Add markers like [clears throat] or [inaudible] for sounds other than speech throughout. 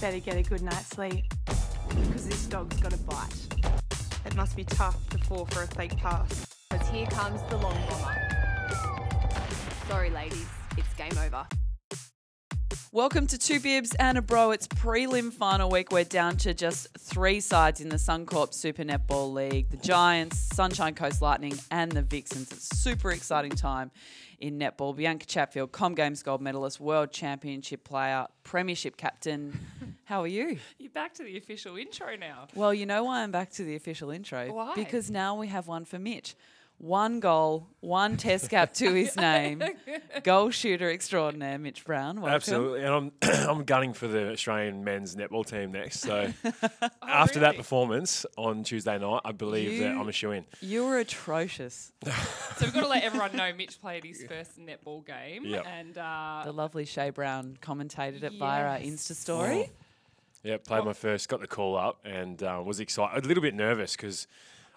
better get a good night's sleep. Because this dog's got a bite. It must be tough to fall for a fake pass. Because here comes the long bomber. Sorry, ladies, it's game over. Welcome to Two Bibs and a Bro. It's prelim final week. We're down to just three sides in the Suncorp Super Netball League the Giants, Sunshine Coast Lightning, and the Vixens. It's a super exciting time in netball. Bianca Chatfield, Com Games gold medalist, world championship player, premiership [laughs] captain. How are you? You're back to the official intro now. Well, you know why I'm back to the official intro. Why? Because now we have one for Mitch. One goal, one test cap to [laughs] his name. goal shooter extraordinaire, Mitch Brown. Welcome. Absolutely, and I'm [clears throat] I'm gunning for the Australian men's netball team next. So after that really? performance on Tuesday night, I believe that You- I'm a shoe in. You were atrocious. So we've got to let everyone know Mitch played his first netball game. Yep. And The uh, [laughs] lovely Shay Brown commentated it via our Insta story. Yeah, played my first, got the call up, and uh, was excited. A little bit nervous because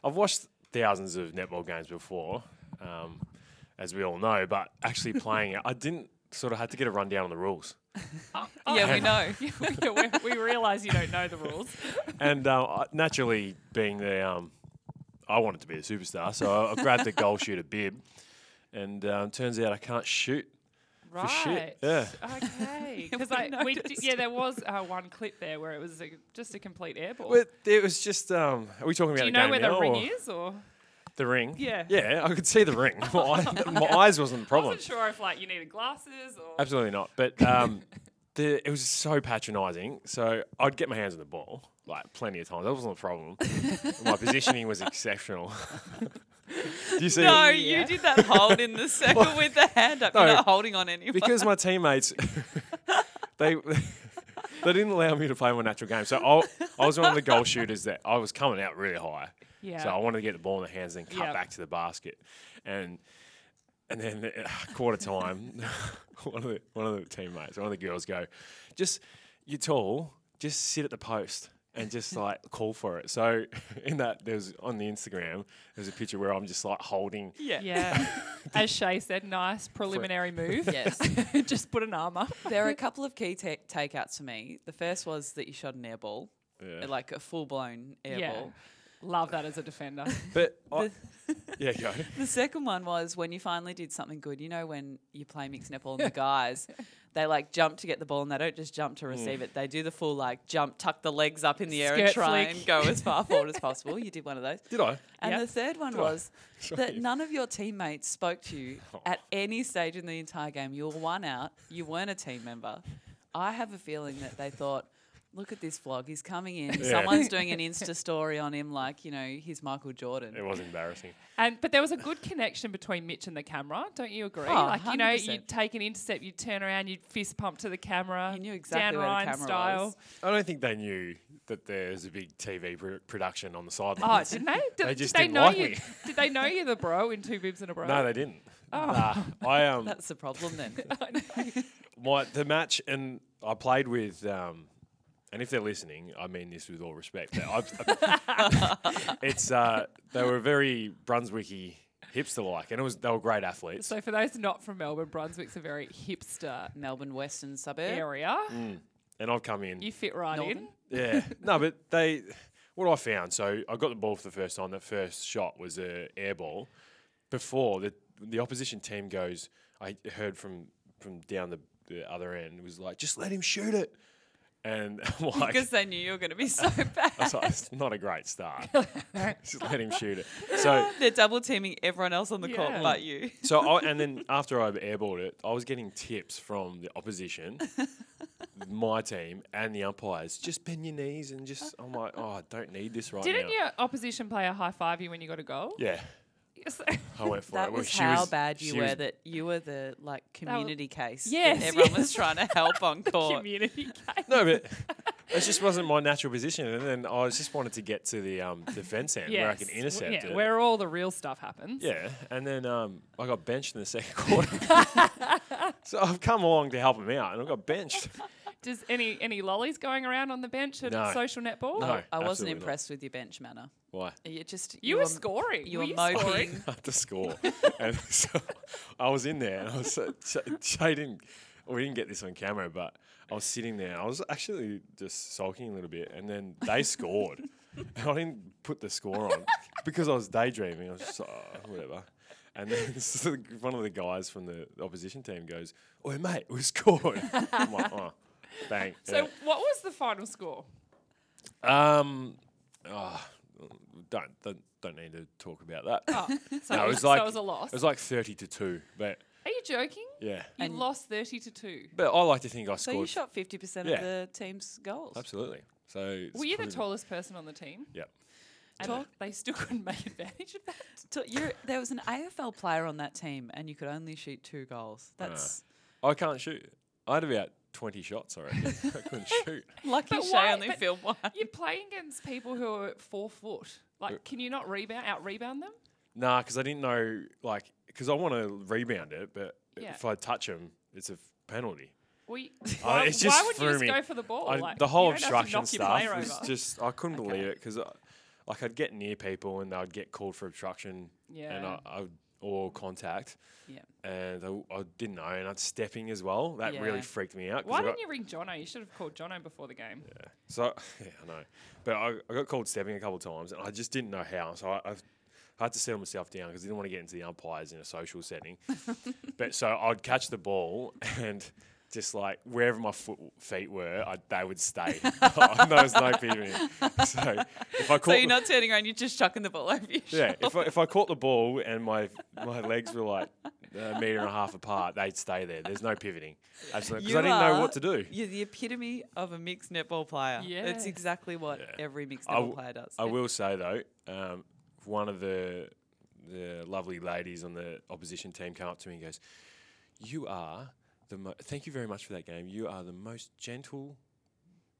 I've watched thousands of netball games before, um, as we all know. But actually playing it, I didn't sort of had to get a rundown on the rules. yeah, we know. we, we realise you don't know the rules. and uh, I- naturally, being the, um, I wanted to be a superstar, so I- I grabbed the goal shooter bib, and um, turns out I can't shoot. Right. shit, yeah. [laughs] Okay. Because I, we d- yeah, there was uh, one clip there where it was a, just a complete airball. But it was just, um, are we talking about Do you the know game where the now, ring or- is, or The ring? Yeah. Yeah, I could see the [laughs] ring. My, eye- my eyes wasn't the I problem. wasn't sure if like you needed glasses or. Absolutely not. But um, the, it was so patronising. So I'd get my hands on the ball like plenty of times. That wasn't a problem. my positioning was exceptional. [laughs] Do you [laughs] see? No, you did that hold in [laughs] the circle with the hand up. You're No. not holding on anyone. because my teammates [laughs] they [laughs] they didn't allow me to play my natural game. So I, I was one of the goal shooters that I was coming out really high. Yeah. So I wanted to get the ball in the hands and cut Yep. back to the basket, and and then uh, quarter time, [laughs] one of the one of the teammates, one of the girls go, just you're tall, just sit at the post. [laughs] And just like call for it. So [laughs] in that there was on the Instagram, there's a picture where I'm just like holding Yeah. [laughs] As Shay said, nice preliminary move. [laughs] Yes. [laughs] just put an arm up. [laughs] there are a couple of key ta- takeouts for me. The first was that you shot an air ball, Yeah. like a full blown air Yeah. ball. Love that as a defender. But I, yeah, [laughs] go. The second one was when you finally did something good. You know, when you play mixed netball [laughs] and the guys, they like jump to get the ball and they don't just jump to receive it. They do the full like jump, tuck the legs up in the air and Skirt try flick. and go as far [laughs] forward as possible. You did one of those. Did I? And Yep. the third one Did I? was that [laughs] Sorry. Oh. none of your teammates spoke to [laughs] you at any stage in the entire game. You were one out. You weren't a team member. I have a feeling that they thought, look at this vlog. He's coming in. Yeah. Someone's doing [laughs] an Insta story on him, like, you know, he's Michael Jordan. It was embarrassing. And but there was a good connection between Mitch and the camera, don't you agree? Oh, like you know, 100%. you'd take an intercept, you'd turn around, you'd fist pump to the camera. You knew exactly Dan where the Ryan camera style. was. I don't think they knew that there's a big TV pro- production on the Oh, [laughs] sidelines. didn't they? Did They did just they didn't know like you? me. [laughs] Did they know you the bro in two bibs and a bro? [laughs] no, they didn't. Oh. Nah, [laughs] I um That's the problem [laughs] then. [laughs] my the match and I played with um and if they're listening, I mean this with all respect. but I've, [laughs] it's uh they were very Brunswicky hipster like, and it was they were great athletes. So for those not from Melbourne, Brunswick's a very hipster Melbourne Western suburb. area. Mm. and I've come in. You fit right in. Northern. Yeah. [laughs] No, but they. What I found, so I got the ball for the first time. That first shot was a air ball. Before the the opposition team goes, I heard from from down the, the other end was like, just let him shoot it. And [laughs] I'm [laughs] like, Because they knew you were going to be [laughs] so bad. I was like, it's not a great start. [laughs] just let him shoot it. So They're double teaming everyone else on the court Yeah. but you. So, I, and then after I airballed it, I was getting tips from the opposition, my team, and the umpires. Just bend your knees and just. I'm like, oh, I don't need this right Didn't now. your opposition player high five you when you got a goal? Yeah, Yes. [laughs] I went for That it. Well, was she how bad you she were was- that you were the like community case Yes, that everyone yes. [laughs] was trying to help on court. Community case. No, [laughs] but it just wasn't my natural position, and then I was just wanted to get to the um, defense end where I can Yes. intercept yeah, it. Where all the real stuff happens. yeah, and then um, I got benched in [laughs] the second quarter. [laughs] so I've come along to help him out, and I [laughs] got benched. Does any any lollies going around on the bench at No. social netball? No. I wasn't absolutely not. impressed with your bench manner. Why? You just You, were scoring. You were, were, you [laughs] scoring? moping. I had to score. and so I was in there and I was so, so, so I didn't well, we didn't get this on camera, but I was sitting there. I was actually just sulking a little bit, and then they scored. [laughs] and I didn't put the score on because I was daydreaming. I was just like, "Oh, whatever. And then [laughs] so one of the guys from the opposition team goes, "Oi, mate, we scored!" [laughs] I'm like, "Oh, bang!" So what was the final score? yeah. um, ah, don't, don't don't need to talk about that. [laughs] Oh, so, No, it was, so it was a loss. It was like thirty to two, but Are you joking? yeah. You And- lost thirty to two. But I like to think I So scored. you shot 50% Yeah. of the team's goals. Absolutely. So it's Were you the proven- tallest person on the team? Yep. And Tall. they still [laughs] couldn't make advantage of that. So you're, there was an AFL player on that team, and you could only shoot two goals. Uh. That's I can't shoot. I had about 20 shots, I reckon. [laughs] I [laughs] couldn't shoot. lucky But Shay why- only but- filmed [laughs] one. You're playing against people who are four foot. Like, can you not rebound out rebound them? Nah, because I didn't know, like, because I want to rebound it, but Yeah. if I touch him, it's a f- penalty. [laughs] We. Oh, why, it's why just would you threw just me. go for the ball? I- like, the whole you don't have to obstruction knock your player stuff was over. just, I couldn't believe it because, like, I'd get near people and I'd get called for obstruction and I, Yeah. I would, or contact. Yeah. And I, I didn't know, and I'd stepping as well. That Yeah. really freaked me out. 'cause Why I got- didn't you ring Jono? You should have called Jono before the game. So [laughs] yeah, I know, but I, I got called stepping a couple of times, and I just didn't know how. So I, I've, I had to settle myself down because I didn't want to get into the umpires in a [laughs] social setting. but so I'd catch the ball and. Just like wherever my foot, feet were, I, they would stay. [laughs] there was no pivoting. So if I caught, So you're the- not turning around, you're just chucking the ball over your yeah, shoulder. if I, if I caught the ball and my my legs were like a meter and a half apart, they'd stay there. There's no pivoting, absolutely, because I didn't know are- what to do. You're the epitome of a mixed netball player. That's Yes. exactly what Yeah. every mixed I netball w- player does. I will say though, um, one of the the lovely ladies on the opposition team came up to me and goes, "You are the mo- thank you very much for that game. You are the most gentle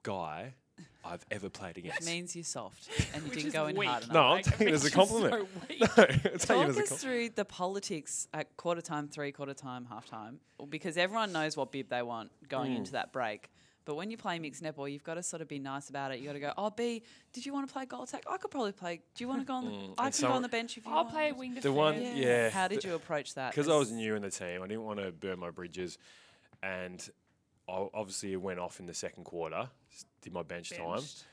guy I've ever played It against." means you're [laughs] soft and you Which didn't is go in weak. hard enough. no, I'm Like, taking it as [laughs] a which is so compliment. weak. [laughs] No, I'm taking it Talk as a us compliment. through the politics at quarter time, three quarter time, half time, because everyone knows what bib they want going Mm. into that break. But when you play mixed netball, you've got to sort of be nice about it. You got to go, oh, B, did you want to play goal attack? I could probably play. Do you want to go on? [laughs] The, I can and go some- on the bench if you I'll want. play wing [laughs] The defense. one, Mm, yeah. How did you approach that? [laughs] Because I as- was new in the team, I didn't want to burn my bridges, and I obviously it went off in the second quarter. s- Did my bench time. Benched.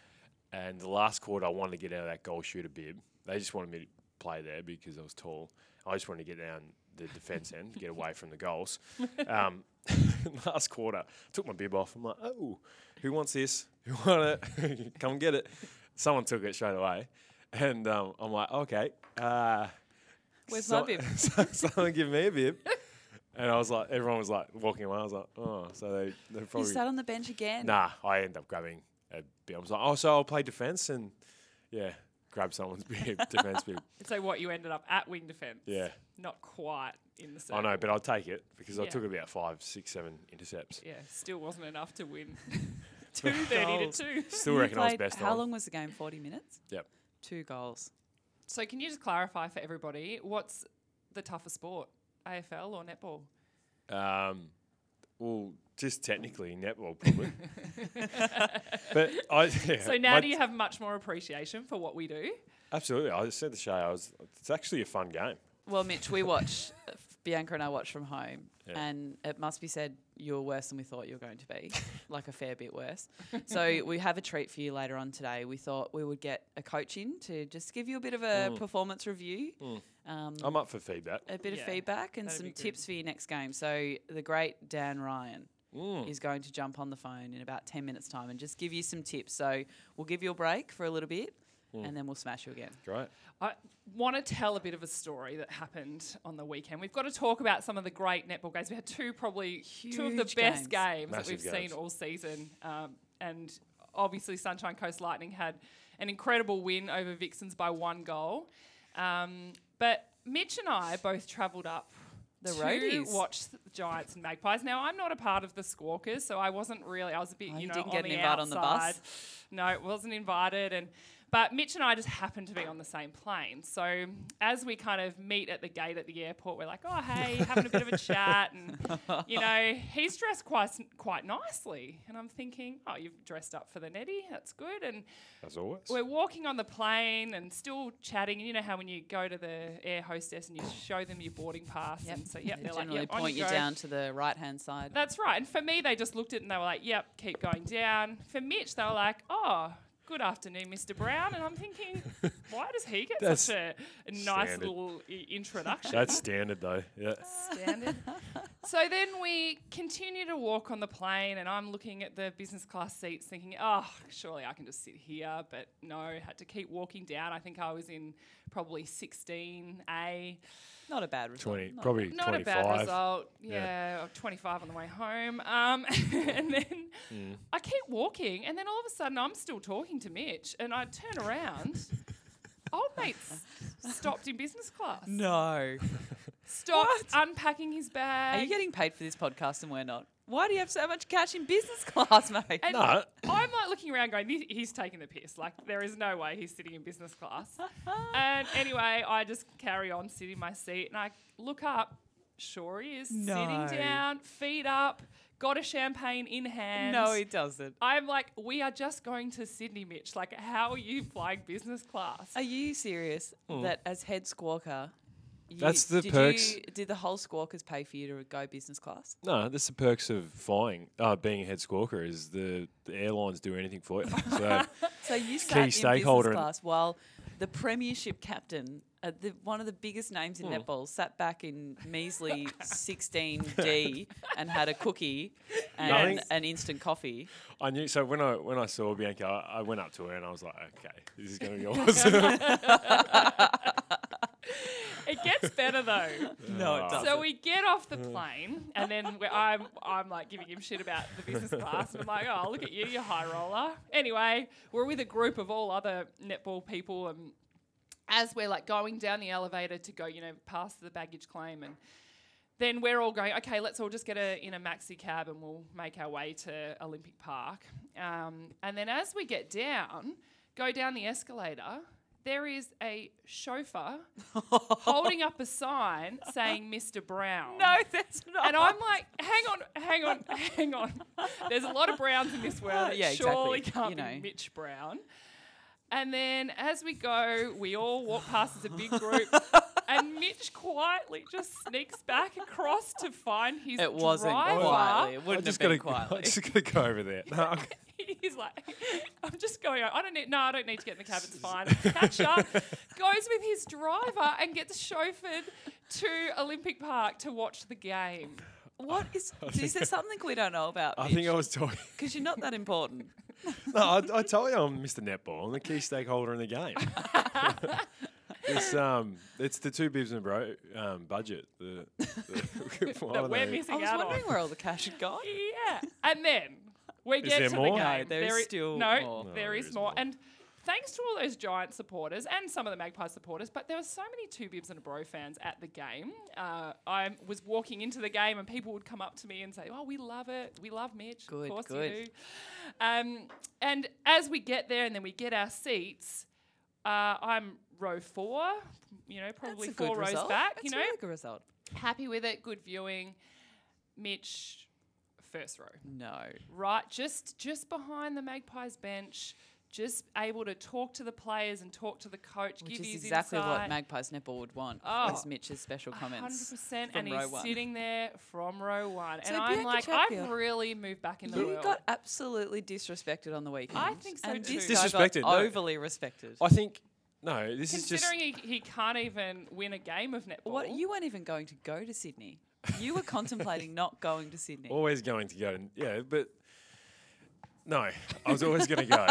And the last quarter, I wanted to get out of that goal shooter bib. They just wanted me to play there because I was tall. I just wanted to get down the defense end, get away from [laughs] the goals. Um, [laughs] last quarter, I took my bib off. I'm like, oh, who wants this? [laughs] Who want it? [laughs] Come get it. Someone took it straight away. And um, I'm like, okay. Uh, Where's my some- [laughs] bib? so- someone give me a bib. And I was like, everyone was like walking away. I was like, oh, so they, they You probably. sat on the bench again. Nah, I end up grabbing a bib. I was like, oh, so I'll play defense and yeah, grab someone's [laughs] bib, [laughs] defense bib. So what you ended up at wing defense? Yeah, Not quite in the. I Circle. know, but I'll take it because I Yeah. took about five, six, seven intercepts. Yeah, still wasn't enough to [laughs] win. [laughs] Two thirty to goals. two. Still You reckon I was played- best How on. long was the game? 40 minutes? Yep. Two goals. So can you just clarify for everybody what's the tougher sport, AFL or netball? Um, well, just technically [laughs] netball probably. [laughs] but I yeah, So now my- do you have much more appreciation for what we do? absolutely. I said to Shay, I was. It's actually a fun game. Well, Mitch, we watch, [laughs] Bianca and I watch from home, Yeah. and it must be said you were worse than we thought you were going to be, like a fair bit worse. So we have a treat for you later on today. We thought we would get a coach in to just give you a bit of a performance review, um, I'm up for feedback. a bit of Yeah, feedback, and that'd some be good. tips for your next game. So the great Dan Ryan. Is going to jump on the phone in about 10 minutes' time and just give you some tips. So, we'll give you a break for a little bit and then we'll smash you again. Great. I want to tell a bit of a story that happened on the weekend. We've got to talk about some of the great netball games. We had two probably two of the Huge games. best games that we've Massive games. seen all season, um, and obviously Sunshine Coast Lightning had an incredible win over Vixens by one goal. Um, but Mitch and I both travelled up. The to roadies. watch the Giants and Magpies. Now I'm not a part of the Squawkers, so I wasn't really. I was a bit, Oh, you you know, didn't on get the an invite on the bus? outside. No, it wasn't invited, and But Mitch and I just happened to be on the same plane. So as we kind of meet at the gate at the airport, we're like, oh, hey, having a bit of a [laughs] chat. And, you know, he's dressed quite, s- quite nicely. And I'm thinking, oh, you've dressed up for the netty. That's good. And As always. we're walking on the plane and still chatting. And you know how when you go to the air hostess and you show them your boarding pass, and so yeah, They they're like, generally yep, on point you you go." down to the right hand side. That's right. And for me, they just looked at it and they were like, "Yep, keep going down." For Mitch, they were like, "Oh." Good afternoon, Mr. Brown. And I'm [laughs] thinking, why does he get That's such a nice standard. little i- introduction? That's standard though. Yeah. standard. [laughs] so then we continue to walk on the plane, and I'm looking at the business class seats, thinking, oh, surely I can just sit here. But no, had to keep walking down. I think I was in probably 16A. Not a bad result. Twenty, Not probably Not a twenty-five. bad result. Yeah. Yeah, or 25 on the way home. Um, [laughs] and then Mm. I keep walking, and then all of a sudden I'm still talking to Mitch, and I turn [laughs] around. Old mate's stopped in business class. No. Stopped unpacking his bag. Are you getting paid for this podcast and we're not? Why do you have so much cash in business [laughs] class, mate? And No. I'm like looking around going, "This- he's taking the piss. Like, there is no way he's sitting in [laughs] business class. and anyway, I just carry on, sit in my seat, and I look up. Sure he is. No. Sitting down, feet up, got a champagne in hand. no, he doesn't. I'm like, we are just going to Sydney, Mitch. Like, how are you flying business class? Are you serious that as head squawker, you, That's the did perks. You, did the whole squawkers pay for you to go business class? No, that's the perks of flying. Uh, being a head squawker is the, the airlines do anything for you. So So you sat stakeholder in in- business class while the premiership captain, uh, the, one of the biggest names in netball, sat back in [laughs] measly 16D and had a cookie and Nothing. an instant coffee. I knew. So when I when I saw Bianca, I, I went up to her and I was like, okay, this is going to be awesome. it gets better though. No, Ah. it doesn't. So we get off the plane, and then we I'm I'm like giving him shit about the business class, and I'm like, oh look at you, you high roller. Anyway, we're with a group of all other netball people, and as we're like going down the elevator to go, you know, past the baggage claim, and then we're all going, okay, let's all just get a, in a maxi cab and we'll make our way to Olympic Park. Um, and then as we get down, go down the escalator. There is a chauffeur holding up a sign saying Mr. Brown. no, that's not. And I'm like, hang on, hang on, [laughs] hang on. There's a lot of Browns in this world. It Yeah, exactly. surely can't You be know. Mitch Brown. And then as we go, we all walk past as a big group. [laughs] And Mitch quietly just sneaks back across to find his It wasn't driver. quietly. It [laughs] I wouldn't have just been gotta, quietly. I just got to go over there. No, I'm- [laughs] He's like, I'm just going. I don't need. No, I don't need to get in the cab. [laughs] It's fine. Catch up. Goes with his driver and gets chauffeured to Olympic Park to watch the game. [laughs] What [laughs] is? Is there something we don't know about? I think I was talking. [laughs] because you're not that important. [laughs] No, I, I told you I'm Mr. Netball. I'm the key stakeholder in the game. it's um, it's the two bibs and bro um, budget. The, the [laughs] why That were we're they- missing I was out on. wondering where all the cash had gone. Yeah. And then we get there to more? the No, game. there is i- still no, more. There, there is, more. And thanks to all those giant supporters and some of the Magpie supporters, but there were so many two bibs and a bro fans at the game. Uh, I was walking into the game and people would come up to me and say, "Oh, we love it. We love Mitch. Good, of course you good. do." Um, and as we get there and then we get our seats, uh, I'm row four. You know, probably That's a four good rows result. back. That's you know, a really good result. happy with it. Good viewing. Mitch, first row No. right just just behind the magpies bench just able to talk to the players and talk to the coach Which give is his exactly what insight. Magpies Netball would want. Oh, as Mitch's special comments. 100% from and row he's one. sitting there from row one So and i'm Bianca like Chatfield- i've really moved back in the You world got absolutely disrespected on the weekend. think so and too. This guy got Disrespected, no. overly respected. I think no. This is just considering he, he can't even win a game of netball What you weren't even going to go to Sydney. You were contemplating not going to Sydney. always going to go. and- Yeah, but no, I was always going to go.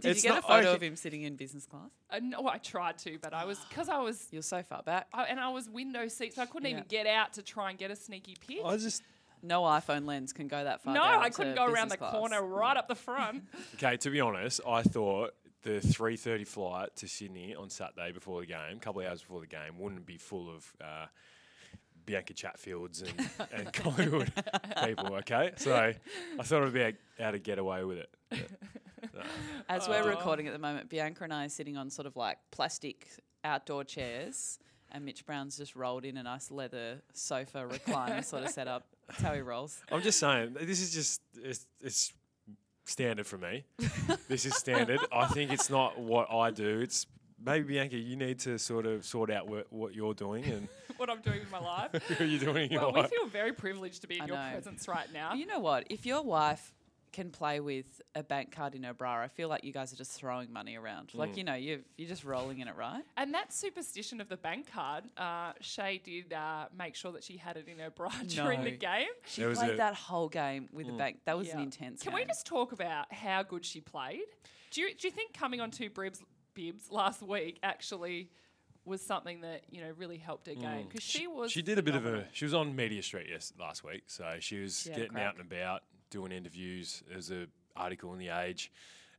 Did it's you get a not- photo okay. of him sitting in business class? Uh, no i tried to but i was because i was You're so far back. I, and i was window seat so i couldn't Yeah. even get out to try and get a sneaky pic I just No iPhone lens can go that far. no down i to couldn't go around business the class. corner right up the front [laughs] okay. To be honest, I thought the three thirty flight to Sydney on Saturday before the game, a couple of hours before the game, wouldn't be full of. Uh, Bianca Chatfields and, and Collingwood people, okay? So I thought I'd be a- how to get away with it. As we're recording at the moment, Bianca and I are sitting on sort of like plastic outdoor chairs, and Mitch Brown's just rolled in a nice leather sofa recliner sort of setup. That's how he [laughs] rolls. I'm just saying, this is just it's, it's standard [laughs] for me. this is standard. I think it's not what I do. It's maybe Bianca, you need to sort of sort out what, what you're doing and [laughs] what I'm doing with my life. who you're doing in your well, we life. feel very privileged to be in I your know. presence right [laughs] now. You know what? If your wife can play with a bank card in her bra, I feel like you guys are just throwing money around. Mm. Like you know, you you're just rolling in it, [laughs] right? And that superstition of the bank card, uh, Shay did uh, make sure that she had it in her bra [laughs] during the No. game. She There was Mm. played a- that whole game with the bank. That was an Yeah. intense. Can game. we just talk about how good she played? Do you, do you think coming on two bibs, bibs last week actually was something that you know really helped her game? Because she, was. Mm. She did a bit of a. uh, phenomenal. She was on Media Street yes last week, so she was Yeah, getting crack. out and about, doing interviews. There's a article in the Age,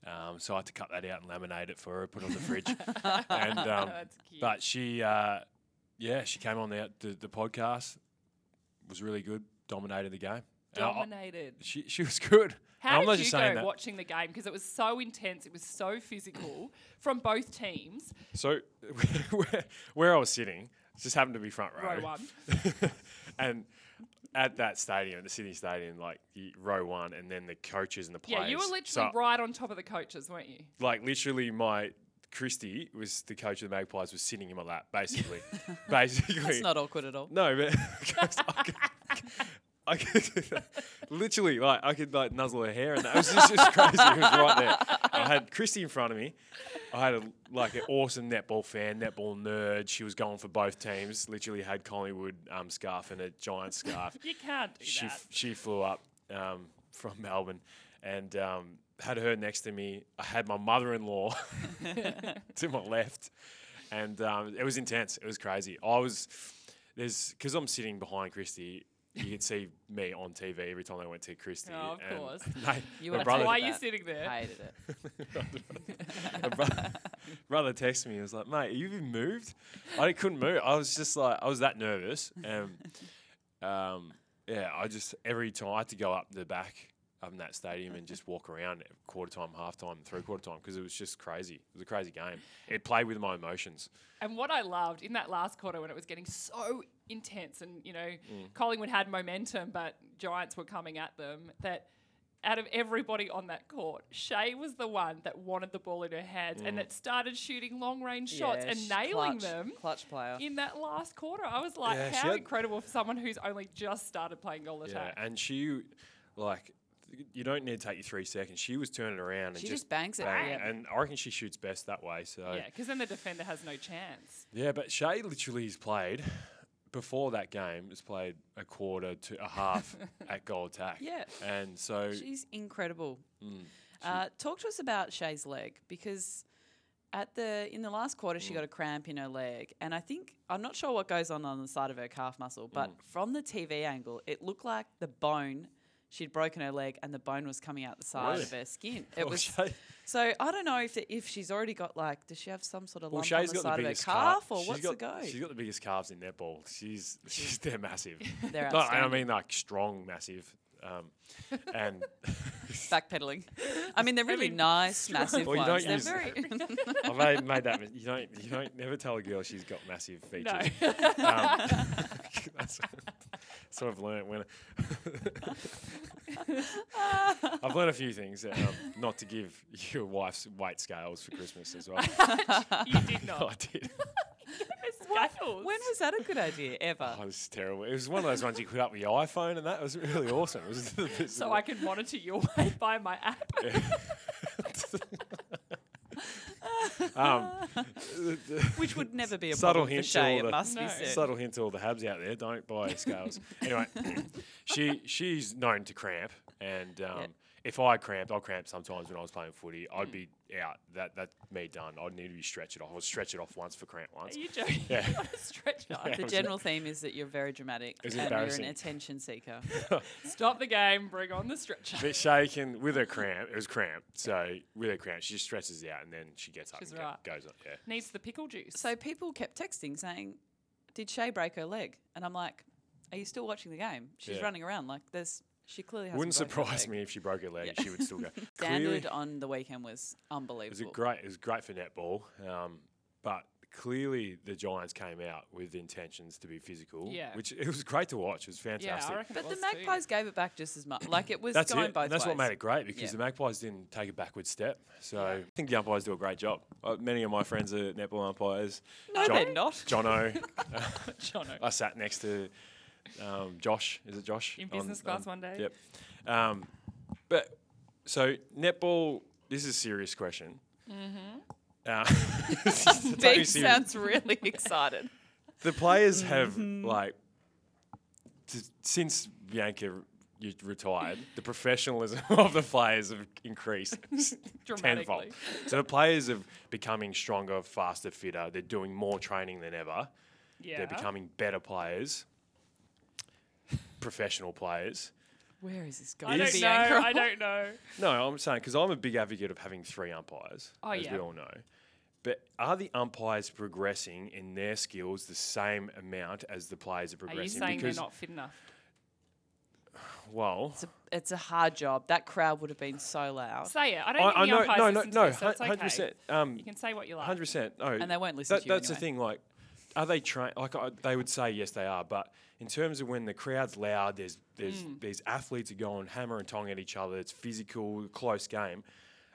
um, so I had to cut that out and laminate it for her, put it on [laughs] the fridge. and um, Oh, That's cute. but she, uh, yeah, she came on the, the the podcast, was really good, dominated the game. And I- I- dominated. she she was good. How I'm did not you just go saying that. watching the game? Because it was so intense, it was so physical from both teams. So [laughs] where, where I was sitting just happened to be front row. Row one. [laughs] and at that stadium, the Sydney Stadium, like the row one, and then the coaches and the players. Yeah, you were literally So, right on top of the coaches, weren't you? Like literally, my Christy was the coach of the Magpies was sitting in my lap, [laughs] basically. basically, It's not awkward at all. [laughs] no, but 'cause I could, I could literally like I could like nuzzle her hair, and that It was just, just crazy. It was right there. I had Christy in front of me. I had a, like an awesome netball fan, netball nerd. She was going for both teams. Literally had Collingwood um, scarf and a giant scarf. You can't do she that. f- she flew up um, from [laughs] Melbourne and um, had her next to me. I had my mother-in-law [laughs] to my left, and um, it was intense. It was crazy. I was there's because I'm sitting behind Christy. You could see me on TV every time I went to Christy. Oh, of and course. Nate- You [laughs] my were- brother, Why are did you that. sitting there? I hated it. [laughs] my brother, brother texted me. He was like, "Mate, you even moved?" I couldn't move. I was just like, I was that nervous. [laughs] Um, um, yeah, I just every time I had to go up the back of that stadium and just walk around at quarter time, half time, three quarter time because it was just crazy. It was a crazy game. It played with my emotions. And what I loved in that last quarter when it was getting so intense and, you know, Mm. Collingwood had momentum, but Giants were coming at them, that out of everybody on that court, Shay was the one that wanted the ball in her hands Mm. and that started shooting long range shots Yeah, and sh- nailing clutch- them. Clutch player. In that last quarter, I was like, Yeah, she how had- incredible for someone who's only just started playing goal Yeah, attack. and she like. You don't need to take your three seconds. She was turning around and She just, just bangs it, bang, yeah. And I reckon she shoots best that way. So Yeah, because then the defender has no chance. [laughs] Yeah, but Shay literally has played before that game. Has played a quarter to [laughs] a half at goal attack. Yeah. and so [laughs] She's incredible. Mm. uh, talk to us about Shay's leg because at the in the last quarter Mm. she got a cramp in her leg, and I think I'm not sure what goes on on the side of her calf muscle, but Mm. from the TV angle, it looked like the bone. She'd broken her leg and the bone was coming out the side Really? of her skin. [laughs] It Poor was Shay. so I don't know if the, if she's already got like does she have some sort of well, lump Shay's on the got side the of her biggest calf or she's what's got, the go? She's got the biggest calves in netball. She's [laughs] she's [laughs] they're massive. They're [laughs] No, and I outstanding. mean like strong, massive, um, [laughs] and Backpedaling. [laughs] I mean they're really nice, massive Well, you don't ones. They're very use- [laughs] I've made, made that. mis- You don't you don't never tell a girl she's got massive features. No. Um, [laughs] that's, that's what I've learned when [laughs] I've learned a few things um, not to give your wife's weight scales for Christmas as well. you did [laughs] I not. did. Scales. When was that a good idea ever? Oh, this is terrible. It was one of those ones you put up with your iPhone, and that was really awesome. It was [laughs] the best- so I can monitor your [laughs] weight by my app. [laughs] um, Which would never be a Subtle problem for hint to Shay, all it the- must be No. said. subtle hint to all the Habs out there: don't [laughs] buy scales. anyway, [coughs] she she's known to cramp, and um, if I cramped, I cramped sometimes when I was playing footy. I'd be out. That that me done. I'd need to be stretched off. I would stretch it off once for cramp Are once. you joking? Yeah. [laughs] What a stretcher. Yeah. The general theme is that you're very dramatic was and you're an embarrassing. attention seeker. Stop the game, bring on the stretcher. But Shay can with her cramp. It was cramp. So with her cramp, she just stretches out and then she gets up She's and go- right. goes up. Yeah. Needs the pickle juice. so people kept texting saying, "Did Shay break her leg?" And I'm like, "Are you still watching the game? She's Yeah. running around like there's She clearly has Wouldn't surprise me if she broke her leg. She would [laughs] still go. Clearly, Standard on the weekend was it was a unbelievable. great. It was great for netball, um, but clearly the Giants came out with intentions to be physical. Yeah. which it was great to watch. It was Yeah, fantastic. I reckon. but it the was too. Magpies gave it back just as much. Like it was that's going it. both and that's ways. what made it great because Yeah. the Magpies didn't take a backward step. So I think the umpires do a great job. Uh, many of my friends are netball umpires. No, John- they're not. Jono, [laughs] Jono. I sat next to um, Josh. Is it Josh? In business class one day. Yep. Um, but so netball. This is a serious question. [laughs] Mm-hmm. Uh, [laughs] this is totally Beef serious. sounds really [laughs] excited. the players have Mm-hmm. like t- since Bianca r- you retired, the professionalism [laughs] of the players have increased [laughs] tenfold. [laughs] Dramatically. So the players are becoming stronger, faster, fitter. They're doing more training than ever. Yeah. They're becoming better players, professional players. Where is this going? I don't know. I don't know. No, I'm saying because I'm a big advocate of having three umpires, Oh, as yeah. we all know. But are the umpires progressing in their skills the same amount as the players are Are you progressing? saying they're because not fit enough? well, It's a, it's a hard job. That crowd would have been so loud. Say it. I I, don't I think know, the umpires no, no, listen no, to this, so it's hundred okay. percent, um, You can say what you like. hundred percent, no, And they won't listen to you That's the anyway. thing. Like, are they trained? Like, I, they would say yes, they are. But in terms of when the crowd's loud, there's there's Mm. these athletes are going hammer and tong at each other. It's physical, close game.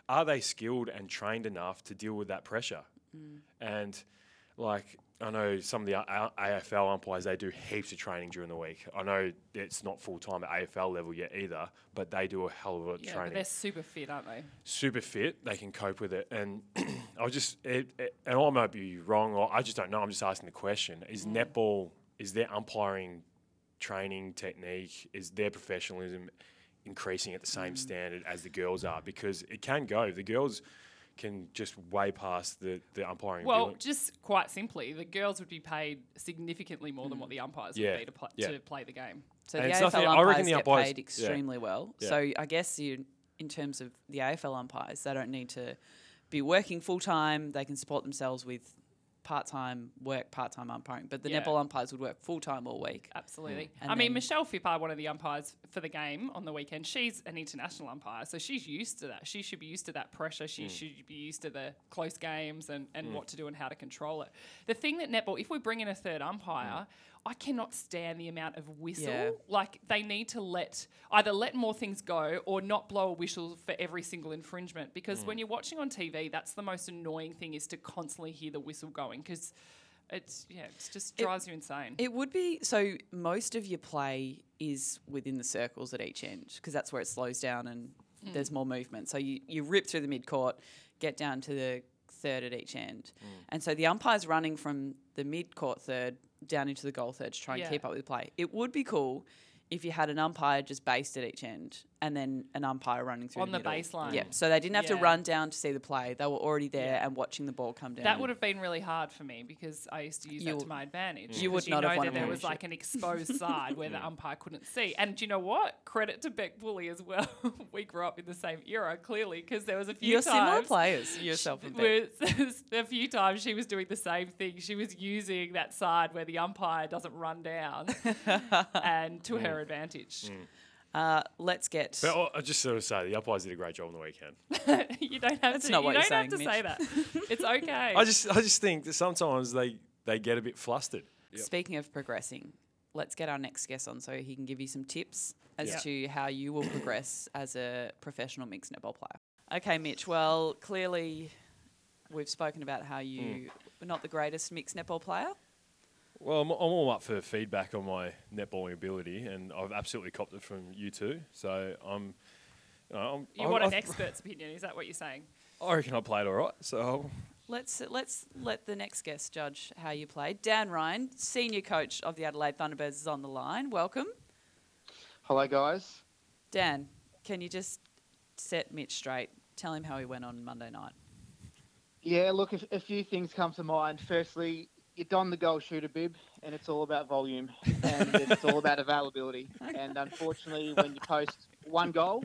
Are they skilled and trained enough to deal with that pressure? Mm. And like, I know some of the uh, A- A- AFL umpires they do heaps of training during the week. I know it's not full time at AFL level yet either, but they do a hell of a lot of Yeah, training but they're super fit, aren't they? super fit, they can cope with it. And [clears throat] I was just, it, it- and I might be wrong, or I just don't know. I'm just asking the question: Is netball, is their umpiring training technique, is their professionalism increasing at the same standard as the girls are? Because it can go. The girls can just way past the the umpiring. Well, ability. just quite simply, the girls would be paid significantly more than what the umpires Hmm. Yeah, would be to, pl- yeah. to play the game. So And the it's AFL nothing- I reckon umpires the get umpires- paid yeah. extremely well. Yeah. So I guess you, in terms of the AFL umpires, they don't need to be working full time. They can support themselves with part time work, part time umpiring. But the Yeah. netball umpires would work full time all week. Absolutely. And I mean, then- Michelle Fippard, one of the umpires for the game on the weekend, she's an international umpire, so she's used to that. She should be used to that pressure. Mm. She should be used to the close games and, and what to do and how to control it. The thing that netball, if we bring in a third umpire, I cannot stand the amount of whistle. Mm. Yeah. Like they need to let either let more things go or not blow a whistle for every single infringement. Because Mm. when you're watching on TV, that's the most annoying thing is to constantly hear the whistle going because it's yeah, it just drives you insane. It would be so. Most of your play is within the circles at each end because that's where it slows down and Mm. there's more movement. So you, you rip through the mid court, get down to the third at each end, Mm. and so the umpire's running from the mid court third down into the goal third to try and Yeah. keep up with the play. It would be cool if you had an umpire just based at each end and then an umpire running through On the middle. baseline. Yep. So they didn't have to Yeah. run down to see the play. They were already there and watching the ball come down. That would have been really hard for me because I used to use You- that to my advantage. you 'cause would not know have won that a there was like [laughs] an exposed side where the umpire couldn't see. And do you know what? Credit to Beck Woolley as well. [laughs] we grew up in the same era, clearly, because there was a few You're similar times. players yourself. [laughs] and Beck. was- a few times she was doing the same thing. She was using that side where the umpire doesn't [laughs] run down, and to Mm. her advantage. Uh, let's get. but I- I just sort of say the umpires did a great job on the weekend. [laughs] you don't have That's to. not you what don't you're have to saying, say that. [laughs] It's okay. I just, I just think that sometimes they they get a bit flustered. Speaking of progressing, let's get our next guest on so he can give you some tips as Yeah. to how you will progress as a professional mixed netball player. Okay, Mitch. Well, clearly we've spoken about how you were not the greatest mixed netball player. Well, I'm, I'm all up for feedback on my netballing ability, and I've absolutely copped it from you two. So I'm, you know, I'm you I, want I, an expert's opinion? Is that what you're saying? I reckon I played all right. So I'll- Let's let's let the next guest judge how you played. Dan Ryan, senior coach of the Adelaide Thunderbirds, is on the line. Welcome, Hello, guys. Dan. Can you just set Mitch straight? Tell him how he went on Monday night. Yeah, look, a, a few things come to mind. Firstly, you don the goal shooter bib, and it's all about volume, and it's all [laughs] about availability. And unfortunately, when you post one goal,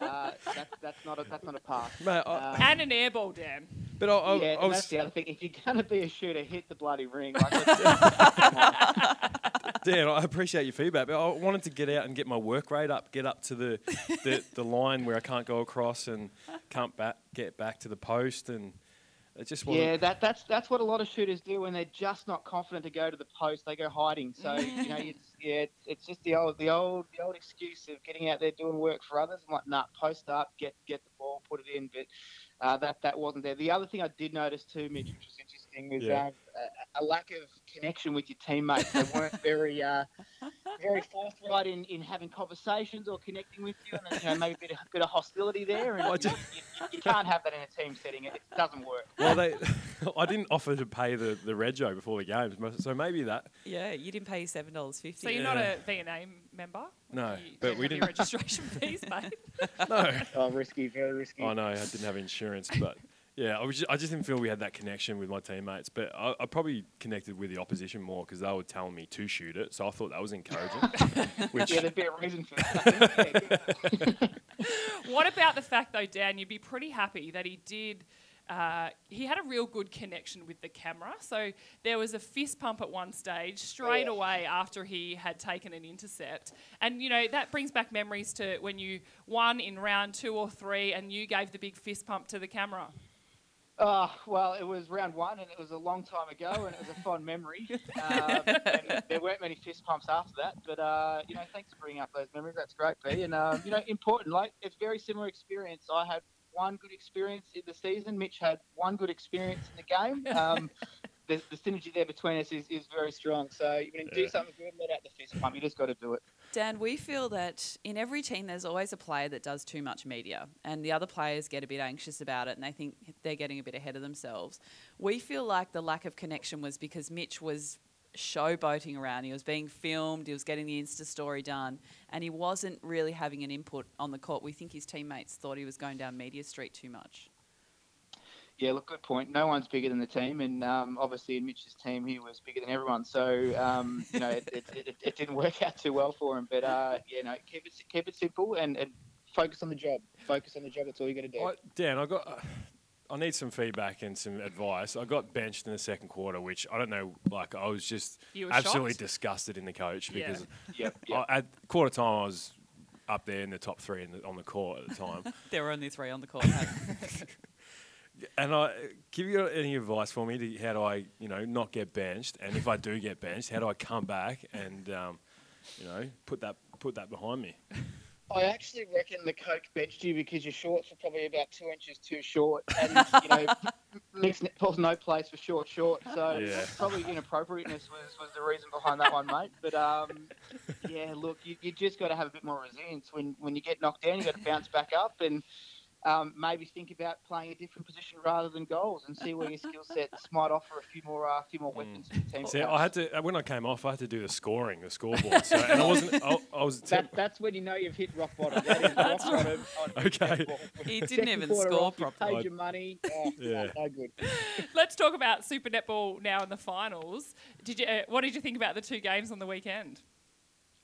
uh, that's that's not a that's not a pass. mate, I, Um, And an air ball, Dan. but I, I, yeah, I and that's was, [laughs] the other thing. If you're gonna be a shooter, hit the bloody ring. Like, let's- come on. Dan, I appreciate your feedback, but I wanted to get out and get my work rate up, get up to [laughs] the the, the line where I can't go across and can't back, get back to the post, and it just wasn't. Yeah, that, that's that's what a lot of shooters do when they're just not confident to go to the post. They go hiding. So you know, it's yeah, it's, it's just the old the old the old excuse of getting out there doing work for others. I'm like, nah, post up, get get the ball, put it in. But uh, that that wasn't there. The other thing I did notice too, Mitch, which was interesting, was Yeah. um, a, a lack of connection with your teammates. They weren't very. Uh, very forthright in, in having conversations or connecting with you, and you know, maybe a bit of, bit of hostility there. And [laughs] I you, ju- know, you, you, you can't have that in a team setting. It, it doesn't work. Well, they, [laughs] I didn't offer to pay the the rego before the games, so maybe that. yeah, you didn't pay seven dollars fifty. So you're not a V&A member? No, You but don't we have your didn't. [laughs] registration fees, mate. [laughs] No, Oh, risky, very risky. I know I didn't have insurance, but [coughs] yeah, I, was just, I just didn't feel we had that connection with my teammates. But I, I probably connected with the opposition more because they were telling me to shoot it, so I thought that [laughs] was encouraging. which Yeah, there'd be a reason for that. Yeah, What about the fact, though, Dan? You'd be pretty happy that he did. Uh, he had a real good connection with the camera. So there was a fist pump at one stage, straight Yeah. away after he had taken an intercept. And, you know, that brings back memories to when you won in round two or three and you gave the big fist pump to the camera. Oh, well, it was round one, and it was a long time ago, and it was a fond memory. Um, and there weren't many fist pumps after that, but uh, you know, thanks for bringing up those memories. That's great, B. And um, you know, important. Like it's very similar experience. I had one good experience in the season. Mitch had one good experience in the game. Um, the, the synergy there between us is, is very strong. So you can do Yeah. something good, let out the fist pump. You just got to do it. Dan, we feel that in every team there's always a player that does too much media, and the other players get a bit anxious about it and they think they're getting a bit ahead of themselves. We feel like the lack of connection was because Mitch was showboating around. He was being filmed, he was getting the Insta story done, and he wasn't really having an input on the court. We think his teammates thought he was going down Media Street too much. Yeah, look, good point. No one's bigger than the team, and um, obviously in Mitch's team, he was bigger than everyone. So um, you know, it, it, it, it didn't work out too well for him. But uh, yeah, no, keep it keep it simple and, and focus on the job. Focus on the job. That's all you got to do. I, Dan, I got. I need some feedback and some advice. I got benched in the second quarter, which I don't know. Like I was just You were absolutely shocked? disgusted in the coach Yeah. because Yep, yep. I, at quarter time I was up there in the top three in the, on the court at the [laughs] time. There were only three on the [laughs] court. hey? and I give you any advice for me to how do I you know not get benched, and if I do get benched, how do I come back and um, you know put that put that behind me? I actually reckon the coach benched you because your shorts were probably about two inches too short, and you know, Nick's Paul's no place for short short. So Yeah. probably inappropriateness was, was the reason behind that one, mate. But um, yeah, look, you, you just got to have a bit more resilience when when you get knocked down. You got to bounce back up and. Um, maybe think about playing a different position rather than goals, and see where your skill sets might offer a few more, uh, few more weapons. to the team Mm. See, perhaps. I had to uh, when I came off, I had to do the scoring, the scoreboard. So, and I wasn't. I, I was. That, that's when you know you've hit rock [laughs] bottom. That is rock bottom. on Okay. basketball. he [laughs] didn't Second even quarter score off, you properly. I- Paid your money. Oh, Yeah. no, no good. Let's talk about Super Netball now in the finals. Did you, uh, what did you think about the two games on the weekend?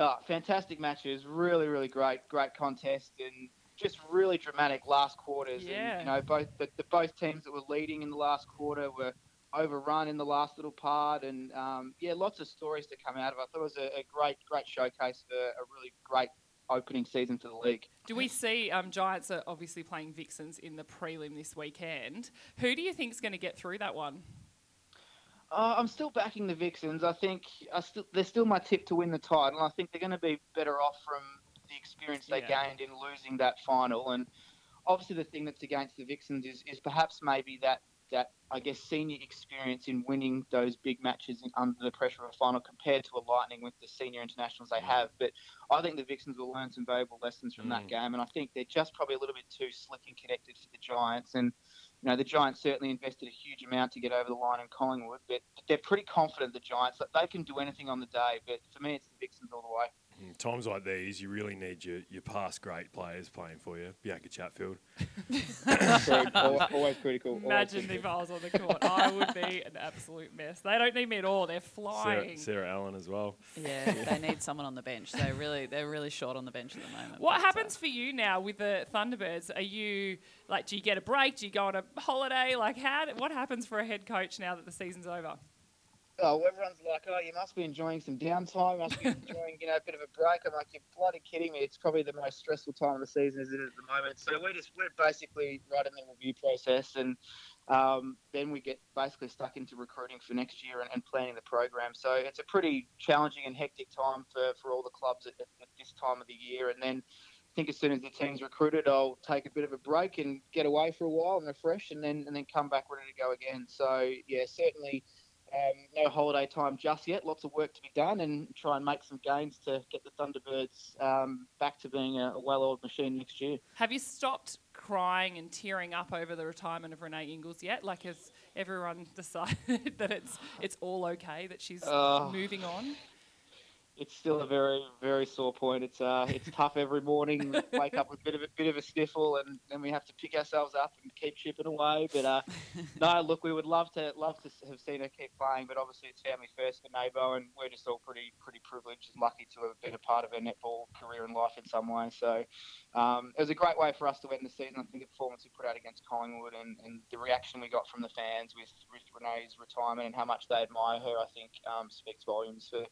Oh, fantastic matches. Really, really great. Great contest and just really dramatic last quarters. Yeah. And, you know, both the, the both teams that were leading in the last quarter were overrun in the last little part. And um, yeah, lots of stories to come out of. it. I thought it was a, a great, great showcase for a really great opening season to the league. Do we see um, Giants are obviously playing Vixens in the prelim this weekend? Who do you think's going to get through that one? Uh, I'm still backing the Vixens. I think I still, they're still my tip to win the title. I think they're going to be better off from the experience they Yeah. gained in losing that final. And obviously, the thing that's against the Vixens is, is perhaps maybe that that I guess senior experience in winning those big matches in, under the pressure of a final compared to a Lightning with the senior internationals they have. But I think the Vixens will learn some valuable lessons from that Mm. game, and I think they're just probably a little bit too slick and connected for the Giants. And you know, the Giants certainly invested a huge amount to get over the line in Collingwood, but they're pretty confident the Giants that they can do anything on the day. But for me, it's the Vixens all the way. Mm, times like these, you really need your your past great players playing for you. Bianca Chatfield. always, critical. Imagine if I was on the court. I would be an absolute mess. They don't need me at all. They're flying. Sarah, Sarah Allen as well. yeah, they need someone on the bench. They really, they're really short on the bench at the moment. What but, uh, happens for you now with the Thunderbirds? Are you like, do you get a break? Do you go on a holiday? Like, how? d- What happens for a head coach now that the season's over? oh, everyone's like, oh, you must be enjoying some downtime, must be enjoying, you know, a bit of a break. I'm like, you're bloody kidding me. It's probably the most stressful time of the season, isn't it, at the moment? So we're just, we're basically right in the review process and um, then we get basically stuck into recruiting for next year and, and planning the program. So it's a pretty challenging and hectic time for, for all the clubs at, at at this time of the year. And then I think as soon as the team's recruited, I'll take a bit of a break and get away for a while and refresh, and then and then come back ready to go again. So yeah, certainly um, no holiday time just yet. Lots of work to be done, and try and make some gains to get the Thunderbirds um, back to being a, a well-oiled machine next year. Have you stopped crying and tearing up over the retirement of Renee Ingles yet? Like, has everyone [laughs] decided that it's it's all okay that she's Oh. moving on? it's still a very very sore point. It's uh it's tough every morning. We wake up with a bit of a bit of a sniffle, and then we have to pick ourselves up and keep chipping away. But uh, no, look, we would love to love to have seen her keep playing, but obviously it's family first for Nabo, and we're just all pretty pretty privileged and lucky to have been a part of her netball career and life in some way. So um, it was a great way for us to end the season. I think the performance we put out against Collingwood and, and the reaction we got from the fans with, with Renee's retirement and how much they admire her, I think um, speaks volumes for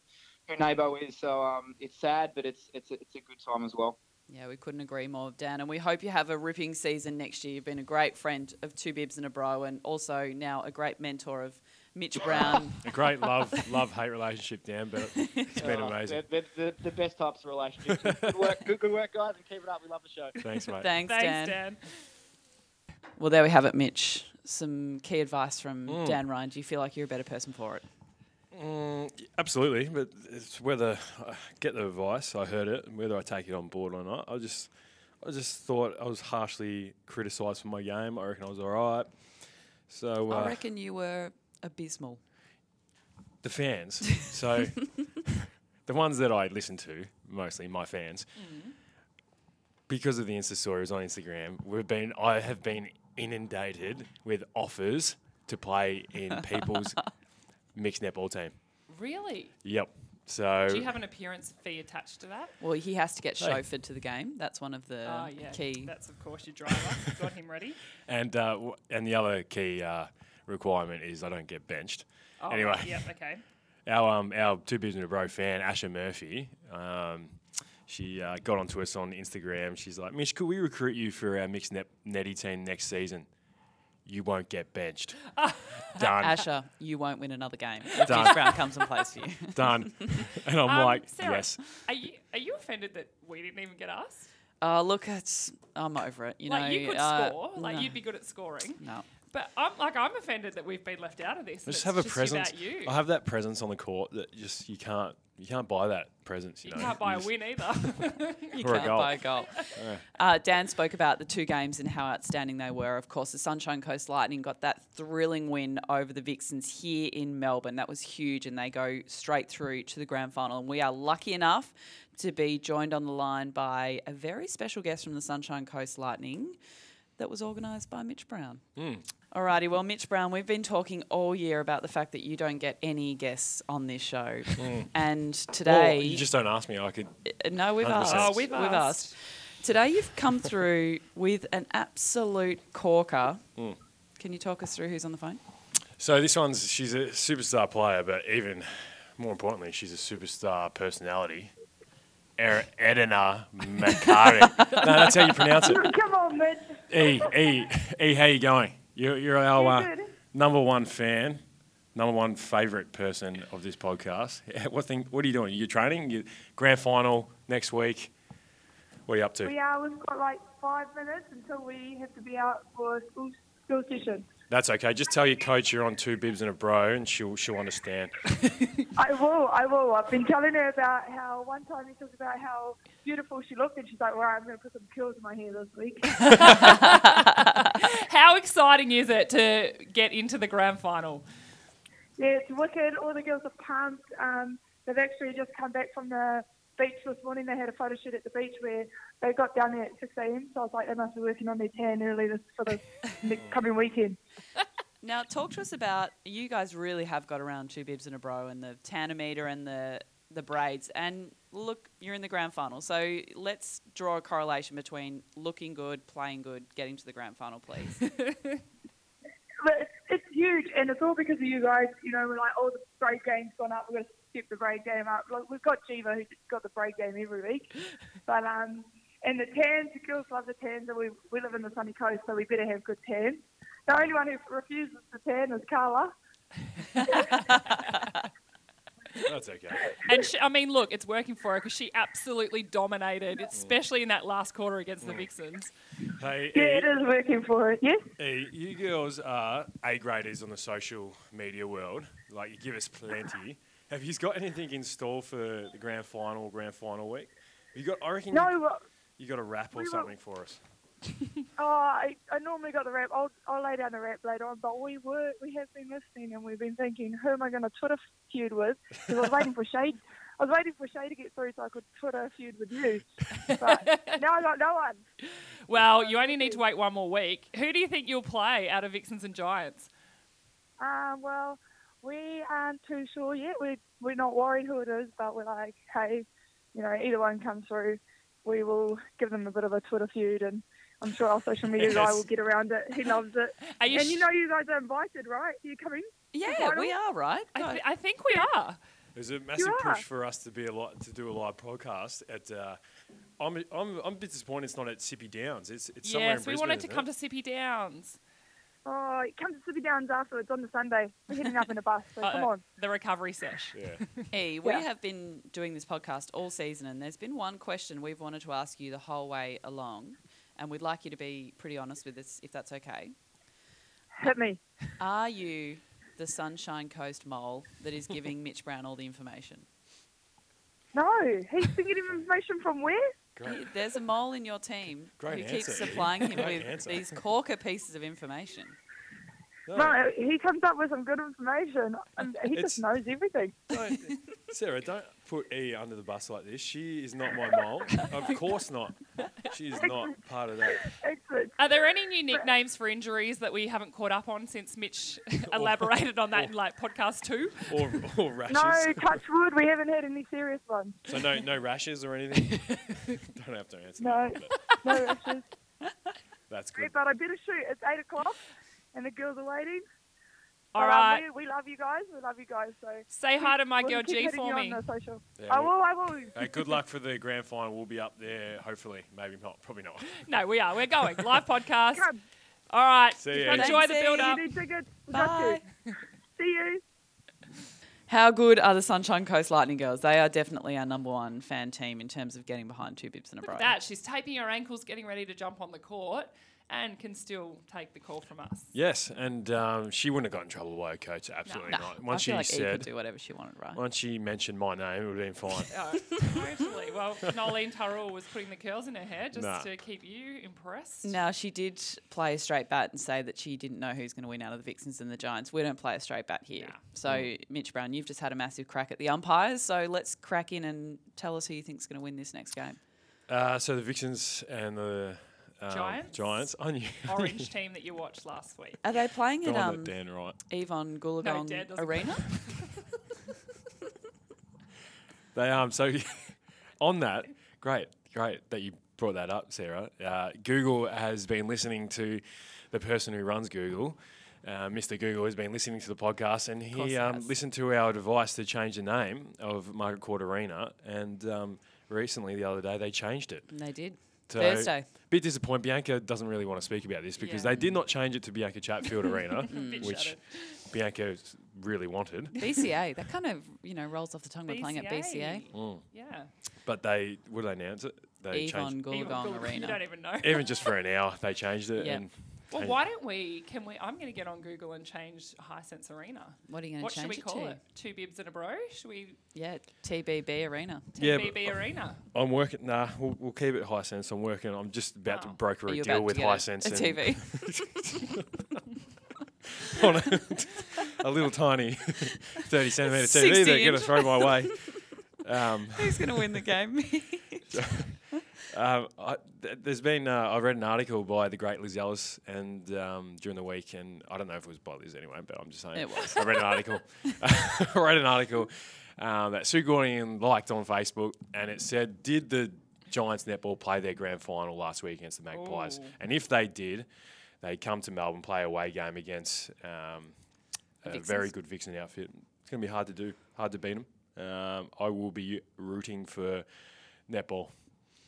who Nabo is. So um, it's sad, but it's it's a, it's a good time as well. Yeah, we couldn't agree more, Dan. And we hope you have a ripping season next year. You've been a great friend of Two Bibs and a Bro, and also now a great mentor of Mitch Brown. [laughs] A great love love hate relationship, Dan. But it's been Uh, amazing. They're, they're the- the best types of relationships. [laughs] good work, good, good work, guys, and keep it up. We love the show. Thanks, mate. Thanks, Thanks, Dan. Dan. Well, there we have it, Mitch. Some key advice from Mm. Dan Ryan. Do you feel like you're a better person for it? Mm, Absolutely, but it's whether I get the advice, I heard it, and whether I take it on board or not. I just, I just thought I was harshly criticised for my game. I reckon I was all right. So I uh, reckon you were abysmal. the fans, so [laughs] the ones that I listen to, mostly my fans, because of the Insta stories on Instagram, we've been, I have been inundated with offers to play in people's mixed netball team. Really? Yep. So Do you have an appearance fee attached to that? Well, he has to get Hey. chauffeured to the game. That's one of the Ah, yeah. key. That's of course your driver. Got him ready. And uh, w- and the other key uh, requirement is I don't get benched. [laughs] Oh, anyway, Yep. Okay. our um, our two bibs and a bro fan Asher Murphy, um, she uh, got onto us on Instagram. She's like, Mitch, could we recruit you for our mixed net netty team next season? You won't [laughs] get benched. done, Asher, you won't win another game. [laughs] If Done. Mitch Brown comes and plays for you. [laughs] done. And I'm Um, like, Sarah, yes. Are you are you offended that we didn't even get asked? Uh, look, it's, I'm over it. You like know, you could uh, score. Like no, you'd be good at scoring. no. But I'm like I'm offended that we've been left out of this. I and just it's have a you presence. About you. I have that presence on the court that just you can't you can't buy that presence. You, you know, can't buy a just- win either. You Or a can't goal. buy a goal. uh, Dan spoke about the two games and how outstanding they were. Of course, the Sunshine Coast Lightning got that thrilling win over the Vixens here in Melbourne. That was huge, and they go straight through to the grand final. And we are lucky enough to be joined on the line by a very special guest from the Sunshine Coast Lightning that was organised by Mitch Brown. Hmm. Alrighty, well, Mitch Brown, we've been talking all year about the fact that you don't get any guests on this show, and Or today Hmm. you just don't ask me. I could. uh, No, we've 100%. asked. Oh, we've We've asked. asked. Today you've come through with an absolute corker. Can you talk us through who's on the phone? So this one's she's a superstar player, but even more importantly, she's a superstar personality. Er- Edina [laughs] Macari. no, that's how you pronounce it. Come on, Mitch. E E E. How you going? You're, you're our uh, Good. number one fan, number one favourite person of this podcast. [laughs] Yeah, What thing? What are you doing? You training? You grand final next week. What are you up to? We are. We've got like five minutes until we have to be out for school school session. That's okay. Just tell your coach you're on two bibs and a bro, and she'll she'll understand. I will. I will. I've been telling her about how one time we talked about how beautiful she looked, and she's like, "Well, I'm going to put some curls in my hair this week." How exciting is it to get into the grand final? yeah, it's wicked. All the girls are pumped. Um, they've actually just come back from the beach this morning. They had a photo shoot at the beach where they got down there at 6 a.m. So I was like, they must be working on their tan early this for the next coming weekend. Now, talk to us about you guys really have got around two bibs and a bro and the tanometer and the the braids. And look, you're in the grand final. So let's draw a correlation between [laughs] looking good, playing good, getting to the grand final, please. But it's, you huge, and it's all because of you guys. You know, we're like, oh, the braid game's gone up. We're going to step the braid game up. Like, we've got Jiva who's got the braid game every week, but um, and the tans, the girls love the tans, and we we live in the sunny coast, so we better have good tans. The only one who refuses to tan is Carla. That's okay. And she, I mean, look, it's working for her because she absolutely dominated, especially in that last quarter against the Vixens. Hey, Yeah, E, it is working for it. Yes. E, you girls are A graders on the social media world. Like, you give us plenty. Have you got anything in store for the grand final, grand final week? You got, I reckon No. you, well, you got a wrap or we were- something for us. Oh, I, I normally got the rap. I'll, I'll lay down the rap later on. But we were, we have been listening, and we've been thinking, who am I going to Twitter feud with? Because I was waiting for Shade. I was waiting for Shade to get through so I could Twitter feud with you. [laughs] But now I got no one. Well, you only need to wait one more week. Who do you think you'll play out of Vixens and Giants? Um, well, we aren't too sure yet. We're we're not worried who it is, but we're like, hey, you know, either one comes through, we will give them a bit of a Twitter feud, and I'm sure our social media guy Yes. will get around it. He loves it. Are you and you sh- know, you guys are invited, right? Are you coming? Yeah, we final? are right. I, Go. th- I think we are. There's a massive are. push for us to be a lot to do a live podcast at. Uh, I'm, I'm I'm a bit disappointed it's not at Sippy Downs. It's it's somewhere in Yes, we Brisbane. wanted to isn't come it? to Sippy Downs. Oh, it comes to Sippy Downs afterwards on the Sunday. We're heading up in a bus, [laughs] so come Uh, on. The recovery sesh. Yeah. [laughs] Hey, we Yeah. have been doing this podcast all season, and there's been one question we've wanted to ask you the whole way along, and we'd like you to be pretty honest with us, if that's okay. Hit me. Are you the Sunshine Coast mole that is giving Mitch Brown all the information? No, he's been getting information from where? Great. There's a mole in your team Great who keeps answer. supplying him [laughs] Great with answer. these corker pieces of information. Oh. No, No, he comes up with some good information. and He It's- just knows everything. don't- Sarah, don't put E under the bus like this. She is not my mole. of course not. She is not part of that. [laughs] Excellent. Are there any new nicknames for injuries that we haven't caught up on since [laughs] Mitch [laughs] elaborated on that in like podcast two? Or, or rashes. No, [laughs] touch wood. We haven't had any serious ones. So no no rashes or [laughs] anything. don't have to answer. No. That, but No, it's just [laughs] that's good. great, but I better shoot. It's eight o'clock, and the girls are waiting. All But, um, right. we, we love you guys. We love you guys. So Say hi to my we'll girl keep G hitting for you me. On the social. Yeah, I we- will. I will. Hey, good luck for the grand final. We'll be up there. Hopefully, maybe not. Probably not. No, we are. We're [laughs] going. Live podcast. Come. All right. See ya. Enjoy the Thanks, build You up. need tickets. We got you. See you. How good are the Sunshine Coast Lightning girls? They are definitely our number one fan team in terms of getting behind two bibs and a bro. That she's taping her ankles, getting ready to jump on the court, and can still take the call from us. [laughs] Yes, and um, she wouldn't have got in trouble by her coach. Absolutely No, not. I Once she feel like E could said, do whatever she wanted, right? once she mentioned my name, it would have been fine. [laughs] Oh, totally. Well, Nolene Turrell was putting the curls in her hair just Nah. to keep you impressed. Now she did play a straight bat and say that she didn't know who's going to win out of the Vixens and the Giants. We don't play a straight bat here. Yeah. So Mm. Mitch Brown, you've just had a massive crack at the umpires. So let's crack in and tell us who you think's going to win this next game. uh, so the Vixens and the um, Giants? Giants. I knew. [laughs] [laughs] Orange team that you watched last week. Are they playing The at one um, that Dan right. Yvonne No, Goolagong Dan doesn't. Arena? They um. So [laughs] on that, great, great that you brought that up, Sarah. Uh, Google has been listening to the person who runs Google. Uh, Mr. Google has been listening to the podcast, and course he he um, has. listened to our advice to change the name of Margaret Court Arena. And um, recently, the other day, they changed it. [laughs] they did. So, Thursday. Bit disappointed. Bianca doesn't really want to speak about this because Yeah. they did not change it to Bianca Chatfield Arena, Bit which shattered. Bianca s- really wanted. BCA. That kind of you know rolls off the tongue. We're playing at BCA. Mm. Yeah. But they would they announce it. They Yvonne changed Even Goolagong Google- You Arena. don't even know. even just for an hour. They changed it. Yeah. And Well, and- why don't we? Can we? I'm going to get on Google and change Hisense Arena. What are you going What to should change we it call to? it, Two bibs and a bro? Should we Yeah, TBB Arena. Yeah, TBB but- uh, Arena? I'm working. Nah, we'll, we'll keep it high sense. I'm working. I'm just about to Oh. broker Are a you deal about with to get high a- sense A TV. [laughs] on a, [laughs] a little tiny [laughs] 30 centimeter TV 60 they're going to inch. throw my [laughs] way. Um, [laughs] Who's going to win the game? [laughs] Um, I, th- there's been uh, I read an article by the great Liz Ellis and um, during the week, and I don't know if it was by Liz anyway, but I'm just saying It was. [laughs] I read an article. I read an article um, that Sue Gordon liked on Facebook, and it said, "Did the Giants netball play their grand final last week against the Magpies? Ooh. And if they did, they come to Melbourne play a away game against." Um, a Vixens. very good Vixen outfit. It's going to be hard to do, hard to beat them. Um, I will be rooting for netball.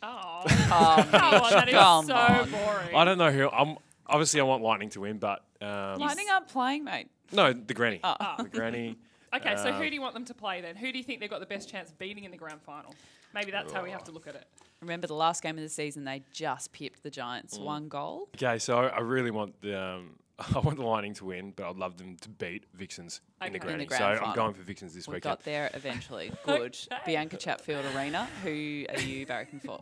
Oh, Oh, [laughs] come on, that is come so on. boring. I don't know who. I'm obviously I want Lightning to win, but um, Lightning aren't playing, mate. No, the granny. Oh. [laughs] The granny. Okay, so Um, who do you want them to play then? Who do you think they've got the best chance of beating in the grand final? Maybe that's how we have to look at it. Remember the last game of the season, they just pipped the Mm. Giants one goal. Okay, so I really want the um, [laughs] I want the Lightning to win, but I'd love them to beat Vixens in the Okay. In granny. the so grand I'm final. going for Vixens this We weekend. got there [laughs] eventually. Good. Okay. Bianca Chatfield Arena. Who are you barracking for?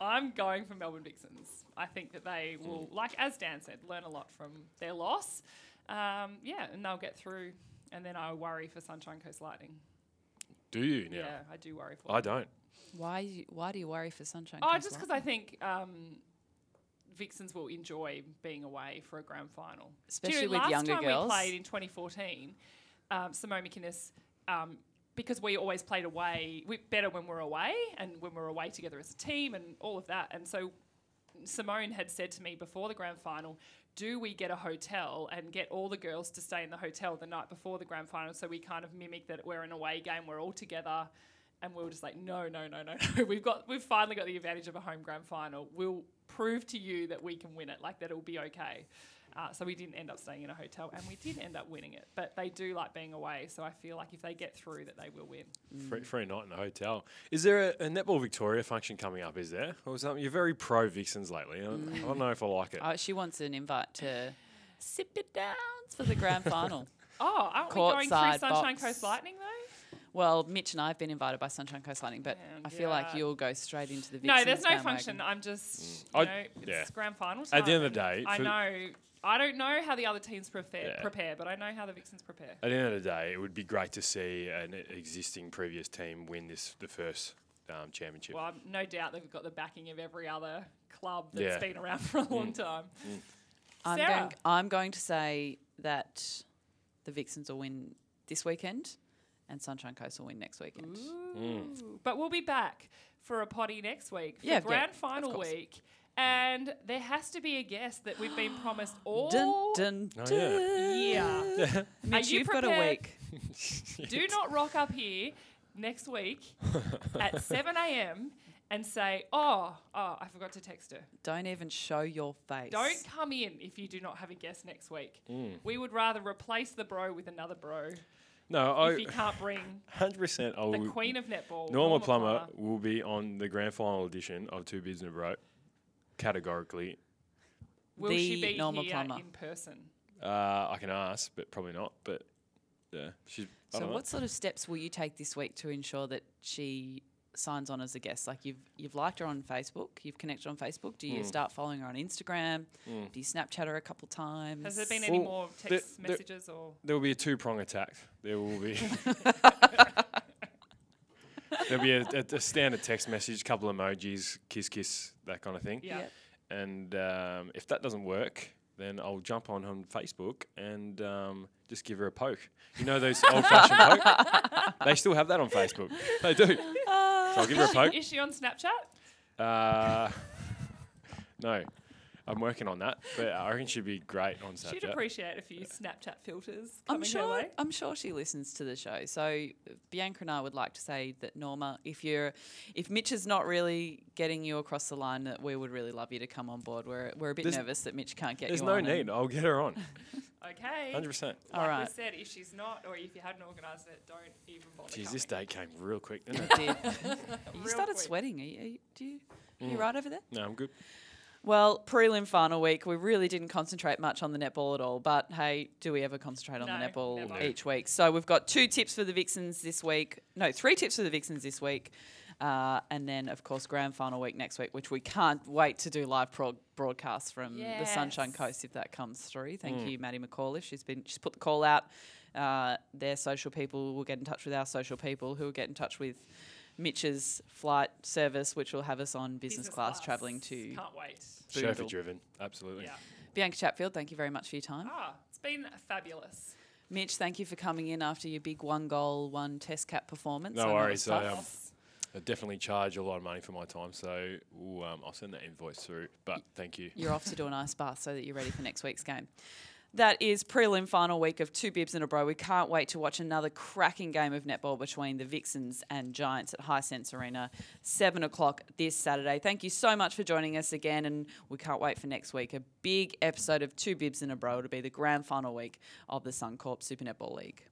I'm going for Melbourne Vixens. I think that they will, like as Dan said, learn a lot from their loss. Um, yeah, and they'll get through. And then I worry for Sunshine Coast Lightning. Do you now? Yeah, I do worry for. I them. don't. Why? you- Why do you worry for Sunshine? Oh, Coast just because Lightning? I think um, Vixens will enjoy being away for a grand final, Especially Dude, with last younger time girls. We played in 2014. Um, Simone McInnes, um, because we always played away, we better when we're away and when we're away together as a team and all of that. And so Simone had said to me before the grand final, do we get a hotel and get all the girls to stay in the hotel the night before the grand final so we kind of mimic that we're an away game, we're all together? And we were just like, no, no, no, [laughs] no, no. We've got, we've finally got the advantage of a home grand final. We'll prove to you that we can win it, like that it'll be okay. Uh, so we didn't end up staying in a hotel, and we did end up winning it. But they do like being away, so I feel like if they get through, that they will win. Free, Mm. free night in the hotel. Is there a, a Netball Victoria function coming up? Is there? Or something? You're very pro Vixens lately. I, don't- I Mm. don't know if I like it. Oh, she wants an invite to [sighs] sip it downs for the [laughs] grand final. Oh, aren't we going Courtside through Sunshine box. Coast Lightning though? Well, Mitch and I have been invited by Sunshine Coast Lightning, but And I feel like yeah. you'll go straight into the Vixens No, there's no bandwagon. function. I'm just, Mm. I- you know, it's yeah. grand final time. At the end of the day, I for- know. I don't know how the other teams prepare, Yeah. prepare, but I know how the Vixens prepare. At the end of the day, it would be great to see an existing previous team win this the first um, championship. Well, I'm no doubt they've got the backing of every other club that's Yeah. Mm. been around for a long time. I'm Sarah. going, I'm going to say that the Vixens will win this weekend, and Sunshine Coast will win next weekend. Mm. Ooh. But we'll be back for a potty next week for Yeah, yeah, grand of final course. week. And there has to be a guest that we've been promised all [gasps] Dun, dun, Oh, yeah. dun. year. Are [laughs] Mitch, you you've got a prepared? week. Do not rock up here next [laughs] week at 7 a.m. and say, oh, oh, I forgot to text her. Don't even show your face. Don't come in if you do not have a guest next week. Mm. We would rather replace the bro with another bro no, if I you can't [laughs] bring hundred percent. I the will. queen of netball. Norma Plummer will be on the grand final edition of Two Bids in a Row, categorically. Will The she be Norma here Plummer. in person? Uh, I can ask, but probably not. But yeah, she's. I So, don't know. what sort of steps will you take this week to ensure that she signs on as a guest? Like you've you've liked her on Facebook, you've connected on Facebook. Do you Mm. start following her on Instagram? Do you Snapchat her a couple times? Has there been any uh, Well, more the- text the- messages or? There will be a two prong attack. There will [laughs] be. There'll be a, a, a standard text message, couple emojis, kiss, kiss, that kind of thing. Yeah. Yep. And um, if that doesn't work, then I'll jump on on Facebook and um, just give her a poke. You know those old fashioned poke? They still have that on Facebook. They do. So I'll give her a poke. Is she on Snapchat? Uh, no, I'm working on that, but I reckon she'd be great on Snapchat. She'd appreciate a few Snapchat filters I'm coming her sure. way. I'm sure she listens to the show. So Bianca and I would like to say that Norma, if you're, if Mitch is not really getting you across the line, that we would really love you to come on board. We're we're a bit There's- nervous that Mitch can't get There's you. no on and- need. I'll get [laughs] her on. Okay. 100%. Like All we right. said, if she's not, or if you hadn't organised it, don't even bother. Jeez, this coming. date came real quick, didn't it? [laughs] Did. you Real started quick. sweating. Are you, are you, do you? Are you right over there? No, I'm good. Well, prelim final week, we really didn't concentrate much on the netball at all. But hey, do we ever concentrate on the No, netball never. each week? So we've got two tips for the Vixens this week. No, three tips for the Vixens this week. Uh, and then, of course, grand final week next week, which we can't wait to do live prog- broadcasts from the Sunshine Yes. Coast if that comes through. Thank you, Maddie McAuliffe. She's been she's put the call out. Uh, their social people will get in touch with our social people, who will get in touch with Mitch's flight service, which will have us on business, Business class, traveling to Can't wait. Chauffeur driven, absolutely. Yeah. Bianca Chatfield, thank you very much for your time. Ah, it's been fabulous. Mitch, thank you for coming in after your big one goal, one test cap performance. No I know it worries, was I, tough. um, I definitely charge a lot of money for my time, so ooh, um, I'll send that invoice through. But thank you. You're off to do an ice bath so that you're ready for next week's game. That is prelim final week of two bibs in a row. We can't wait to watch another cracking game of netball between the Vixens and Giants at High Sense Arena, seven o'clock this Saturday. Thank you so much for joining us again, and we can't wait for next week. A big episode of two bibs in a row to be the grand final week of the Suncorp Super Netball League.